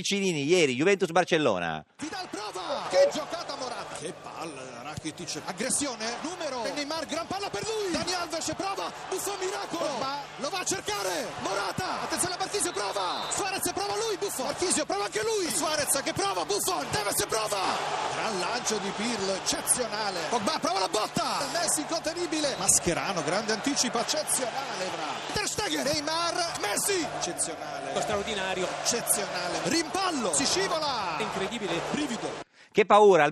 Piccinini ieri, Juventus-Barcellona. Vidal prova! Che giocata Morata! Che palla, Rakitic. Aggressione, numero. E Neymar, gran palla per lui. Dani Alves prova, Buffon miracolo. Ma lo va a cercare. Morata! Attenzione a Marchisio, prova! Suarez prova lui, Buffon. Marchisio prova anche lui. Suarez che prova, Buffon. Tevez prova! Gran lancio di Pirlo, eccezionale. Pogba prova la botta. Messi incontenibile. Mascherano, grande anticipo, eccezionale, bravo. Ter Stegen, Neymar, Messi. Eccezionale. straordinario, Eccezionale. Rimpallo. Si scivola. incredibile Brivido. Che paura,